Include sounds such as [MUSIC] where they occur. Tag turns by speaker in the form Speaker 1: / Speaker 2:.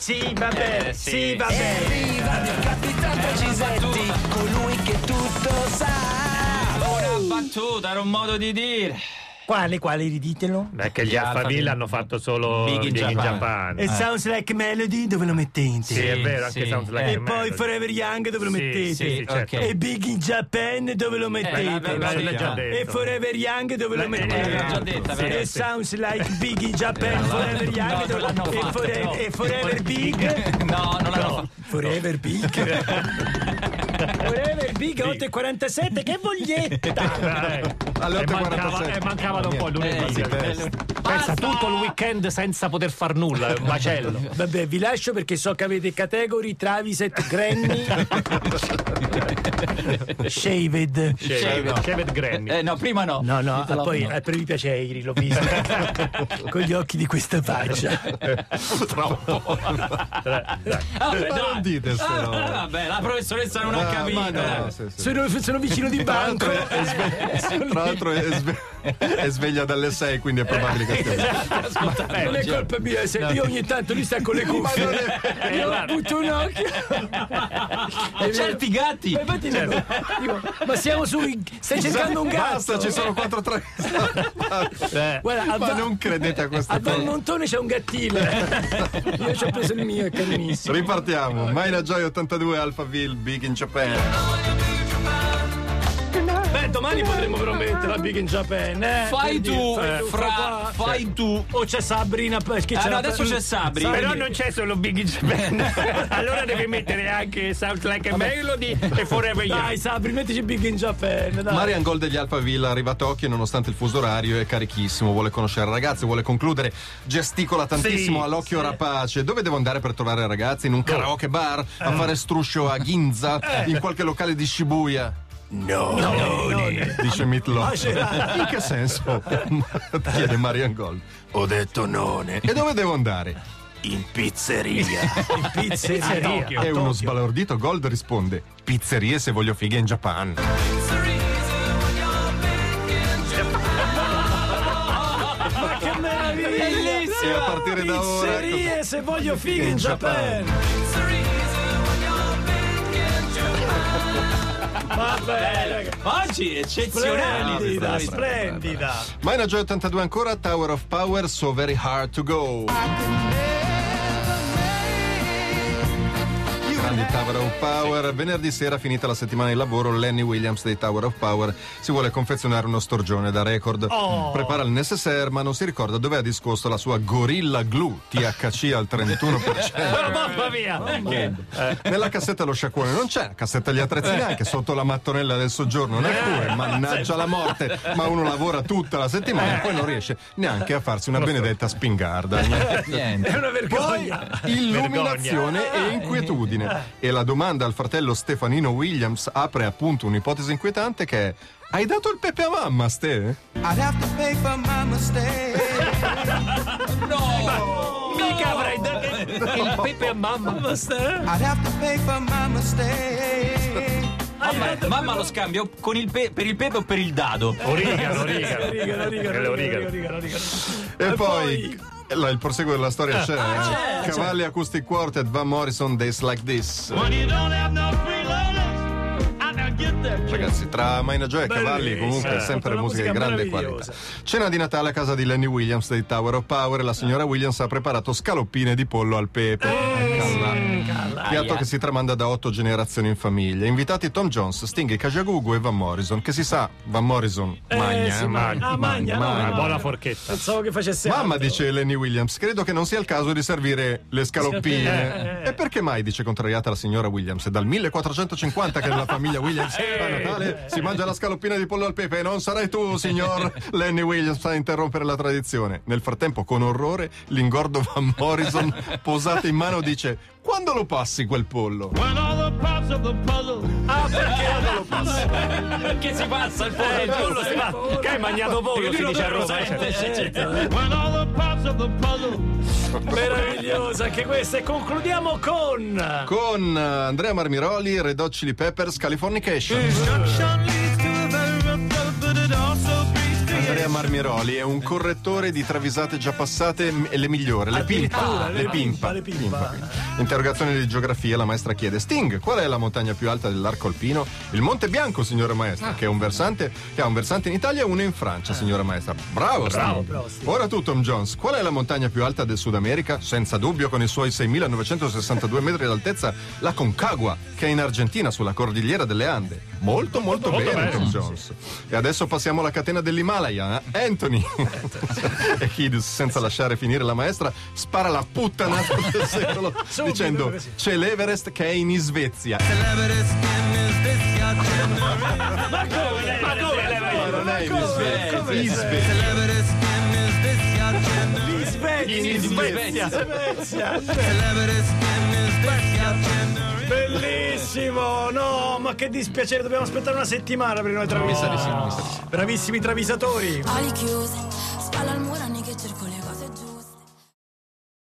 Speaker 1: Sì, vabbè,
Speaker 2: Eh,
Speaker 1: sì,
Speaker 2: sì. Eh,
Speaker 1: vabbè.
Speaker 3: Viva il capitano Gisetti, colui che tutto sa.
Speaker 2: Una battuta, era un modo di dire.
Speaker 1: Quale, quale, riditelo?
Speaker 4: Beh, che
Speaker 2: Gli
Speaker 4: gli Alphaville
Speaker 2: Alphaville.
Speaker 4: hanno fatto solo
Speaker 2: Big in
Speaker 4: Big in
Speaker 2: Japan.
Speaker 4: Japan.
Speaker 1: E Sounds Like Melody dove lo mettete?
Speaker 4: Eh. Sì, è vero, anche
Speaker 2: sì.
Speaker 4: Sounds Like
Speaker 1: E
Speaker 4: a
Speaker 1: poi
Speaker 4: Melody.
Speaker 1: Forever Young dove lo
Speaker 4: Sì,
Speaker 1: mettete?
Speaker 4: sì, sì,
Speaker 2: Ok.
Speaker 4: certo.
Speaker 1: E Big in Japan dove lo mettete?
Speaker 2: vabbè,
Speaker 4: L'hanno
Speaker 2: l'hanno
Speaker 4: già
Speaker 2: già
Speaker 1: e
Speaker 4: detto.
Speaker 1: Forever Young dove lo
Speaker 4: Eh,
Speaker 1: mettete?
Speaker 4: l'hanno
Speaker 2: già detta,
Speaker 1: Sì,
Speaker 2: però.
Speaker 1: e Sounds Like Big in Japan, Forever Young
Speaker 2: No, non l'hanno
Speaker 1: dove- e,
Speaker 2: fatto,
Speaker 1: forever,
Speaker 2: no.
Speaker 1: e Forever Big.
Speaker 2: [LAUGHS] No, non l'hanno fatto.
Speaker 1: Forever Big. Forever Big 847 che voglietta.
Speaker 5: Alle
Speaker 4: E mancava,
Speaker 5: 8.47.
Speaker 4: e mancavano un po'
Speaker 2: Eh,
Speaker 4: lunedì.
Speaker 2: sì,
Speaker 5: bello.
Speaker 4: Pensa
Speaker 2: Basta!
Speaker 4: tutto il weekend senza poter far nulla, è un macello.
Speaker 1: Vabbè, vi lascio perché so che avete category Traviset, Granny, Shaved.
Speaker 4: Shaved Shaved Granny.
Speaker 2: Eh, no, prima no.
Speaker 1: No, no,
Speaker 2: Ditelo
Speaker 1: poi [LAUGHS]
Speaker 2: prima.
Speaker 1: eh, per i piaceri l'ho [LAUGHS] visto con gli occhi di questa faccia.
Speaker 5: Troppo.
Speaker 2: Ah, beh,
Speaker 5: Ma
Speaker 2: dai.
Speaker 5: non dite sto
Speaker 2: Ah,
Speaker 5: no.
Speaker 2: Vabbè, la professoressa non ha
Speaker 5: Ah,
Speaker 2: capito.
Speaker 5: ma no,
Speaker 2: eh.
Speaker 5: sì, sì.
Speaker 1: Sono, sono vicino di
Speaker 5: Tra l'altro
Speaker 1: banco. Eh,
Speaker 5: è, è sve- tra l'altro è sve- è sveglia dalle 6, quindi è probabile che [LAUGHS] stia.
Speaker 2: Ascolta,
Speaker 1: Non è colpa mia, se io ogni tanto li sta con [LAUGHS] le cuffie. Io ho butto un [LAUGHS] occhio.
Speaker 2: eh, certi gatti.
Speaker 1: Ma infatti dico- dico, ma siamo su. Stai
Speaker 5: Esatto.
Speaker 1: cercando un gatto.
Speaker 5: Basta, ci sono 4 3.
Speaker 4: Eh,
Speaker 1: Guarda, a,
Speaker 5: [LAUGHS] Ma
Speaker 1: Va-
Speaker 5: non credete a
Speaker 1: a
Speaker 5: queste cose.
Speaker 1: Valmontone c'è un [LAUGHS] gattino. Io ci ho preso il mio, è carinissimo.
Speaker 5: Ripartiamo. Maina Joy 82 Alphaville Big in Japan.
Speaker 1: Beh, domani potremo veramente la Big in Japan. eh,
Speaker 2: Fai
Speaker 1: per dire,
Speaker 2: tu, eh,
Speaker 1: fai
Speaker 2: fra,
Speaker 1: qua.
Speaker 2: fai tu.
Speaker 1: O c'è Sabrina. eh, Che
Speaker 2: Ah, no, adesso c'è Sabri.
Speaker 4: Però non c'è solo Big in Japan. allora devi mettere anche Sounds Like a Melody e Forever Young.
Speaker 1: Dai, Sabri, mettici Big in Japan. Dai.
Speaker 5: Marian Gol degli Alphaville arriva a Tokyo nonostante il fuso orario è carichissimo, vuole conoscere ragazze, vuole concludere, gesticola tantissimo,
Speaker 4: Sì,
Speaker 5: ha l'occhio rapace. Dove devo andare per trovare ragazze? In un karaoke bar? A fare struscio a Ginza? In qualche locale di Shibuya? No, no, dice Meatloaf. In che senso? Chiede Marian Gol. Ho detto none. E dove devo andare?
Speaker 1: In
Speaker 5: Ah,
Speaker 1: pizzeria.
Speaker 4: Tokyo.
Speaker 5: E uno sbalordito Gold risponde: Pizzerie se voglio fighe in Japan.
Speaker 1: Ma che meraviglia!
Speaker 5: E a partire da ora. ecco-
Speaker 1: Pizzerie, se voglio fighe in Japan. Vabbè, ragazzi,
Speaker 2: Oggi eccezionali.
Speaker 1: splendida,
Speaker 5: bravo,
Speaker 1: splendida.
Speaker 5: Mina Joy 82 ancora, Tower of Power, so very hard to go. Grandi Tower of Power, venerdì sera finita la settimana di lavoro, Lenny Williams dei Tower of Power si vuole confezionare uno storgione da record. Prepara il necessaire ma non si ricorda dove ha discosto la sua Gorilla Glue THC al 31%.
Speaker 4: Mamma mia!
Speaker 5: Nella cassetta lo sciacquone non c'è, la cassetta gli
Speaker 1: Eh.
Speaker 5: attrezzi neanche, sotto la mattonella del soggiorno neppure, mannaggia la morte, ma uno lavora tutta la
Speaker 1: Eh.
Speaker 5: settimana e poi non riesce neanche a farsi una benedetta spingarda.
Speaker 2: [LAUGHS] Niente.
Speaker 1: È una Eh. vergogna. Eh.
Speaker 5: Illuminazione e inquietudine. E la domanda al fratello Stefanino Williams apre appunto un'ipotesi inquietante che è hai dato il pepe a mamma, Ste?
Speaker 3: I'd have to pay for my mistake.
Speaker 1: Mica avrai da- il pepe a mamma. Basta.
Speaker 3: I'd have to pay for my mistake.
Speaker 2: Mamma, mamma lo scambio con il pe- per il pepe o per il dado?
Speaker 4: Origano,
Speaker 1: Rigano, rigano,
Speaker 4: origano.
Speaker 1: rigano,
Speaker 4: Quello
Speaker 1: rigano,
Speaker 4: origano.
Speaker 1: rigano, rigano.
Speaker 5: E, poi... la- il proseguo della storia c'è. eh.
Speaker 2: c'è,
Speaker 5: Cavalli Acoustic Quartet, Van Morrison, Days Like This.
Speaker 6: When you don't have no freeloaders, I now get that
Speaker 5: Ragazzi, tra Maina Joy e
Speaker 1: Bellissimo.
Speaker 5: Cavalli, comunque è
Speaker 1: Eh.
Speaker 5: sempre
Speaker 1: Una
Speaker 5: musica di
Speaker 1: musica
Speaker 5: grande
Speaker 1: meravigliosa.
Speaker 5: qualità. Cena di Natale a casa di Lenny Williams dei Tower of Power. La signora Williams ha preparato scaloppine di pollo al pepe. Calla. Piatto che si tramanda da otto generazioni in famiglia. Invitati Tom Jones, Sting, Kajagugu e Van Morrison. Che si sa, Van Morrison magna.
Speaker 1: sì,
Speaker 5: eh,
Speaker 1: magna. Ah, magna, no,
Speaker 4: Una
Speaker 1: no.
Speaker 4: buona forchetta.
Speaker 1: Pensavo che facesse
Speaker 5: Mamma,
Speaker 1: altro.
Speaker 5: dice Lenny Williams, credo che non sia il caso di servire le scaloppine. Eh, E perché mai, dice contrariata la signora Williams, è dal 1450 che nella famiglia Williams a Natale si mangia la scaloppina di pollo al pepe e non sarai tu, signor Lenny Williams, a interrompere la tradizione. Nel frattempo, con orrore, l'ingordo Van [LAUGHS] Morrison, posato in mano, dice «Quando lo passi quel pollo?»
Speaker 6: when all the parts of the puzzle
Speaker 2: Perché si passa il
Speaker 1: Eh,
Speaker 2: pollo? Il pollo Eh, si passa.
Speaker 4: Che hai mangiato pollo, si
Speaker 2: Cioè,
Speaker 4: dice a Roma. eh.
Speaker 6: when all the parts of the puzzle
Speaker 1: Meravigliosa anche questa e concludiamo con
Speaker 5: Con eh, Andrea Marmiroli, Red Hot Chili Peppers, Californication.
Speaker 6: Instruction leads to a very rough road, but it also leads to
Speaker 5: Andrea Marmiroli è un correttore di travisate già passate m- e le migliori, le pimpa.
Speaker 1: Addirittura,
Speaker 5: Le pimpa.
Speaker 1: le pimpa.
Speaker 5: quindi. Interrogazione di geografia, la maestra chiede: Sting, qual è la montagna più alta dell'arco alpino? Il Monte Bianco, signora maestra, che, è un versante, che ha un versante in Italia e uno in Francia, signora maestra. Ah. Bravo, Sting. Ora tu, Tom Jones, qual è la montagna più alta del Sud America? Senza dubbio, con i suoi 6.962 metri d'altezza, la Concagua, che è in Argentina, sulla cordigliera delle Ande. Molto, molto,
Speaker 4: Molto
Speaker 5: bene,
Speaker 4: bene.
Speaker 5: Tom Jones. E adesso passiamo alla catena dell'Himalaya. eh? Anthony [LAUGHS] e Kidus, senza lasciare finire la maestra, spara la puttana del secolo dicendo: C'è l'Everest che è in Svezia.
Speaker 4: Ma dove lei
Speaker 5: Ma non è in Svezia.
Speaker 1: come
Speaker 5: In
Speaker 1: in
Speaker 5: Svezia.
Speaker 1: [LAUGHS] In Svezia.
Speaker 5: In Svezia.
Speaker 1: Bellissimo, no, ma che dispiacere, dobbiamo aspettare una settimana per noi travisati. Bravissimi travisatori.
Speaker 7: Oli chiuse,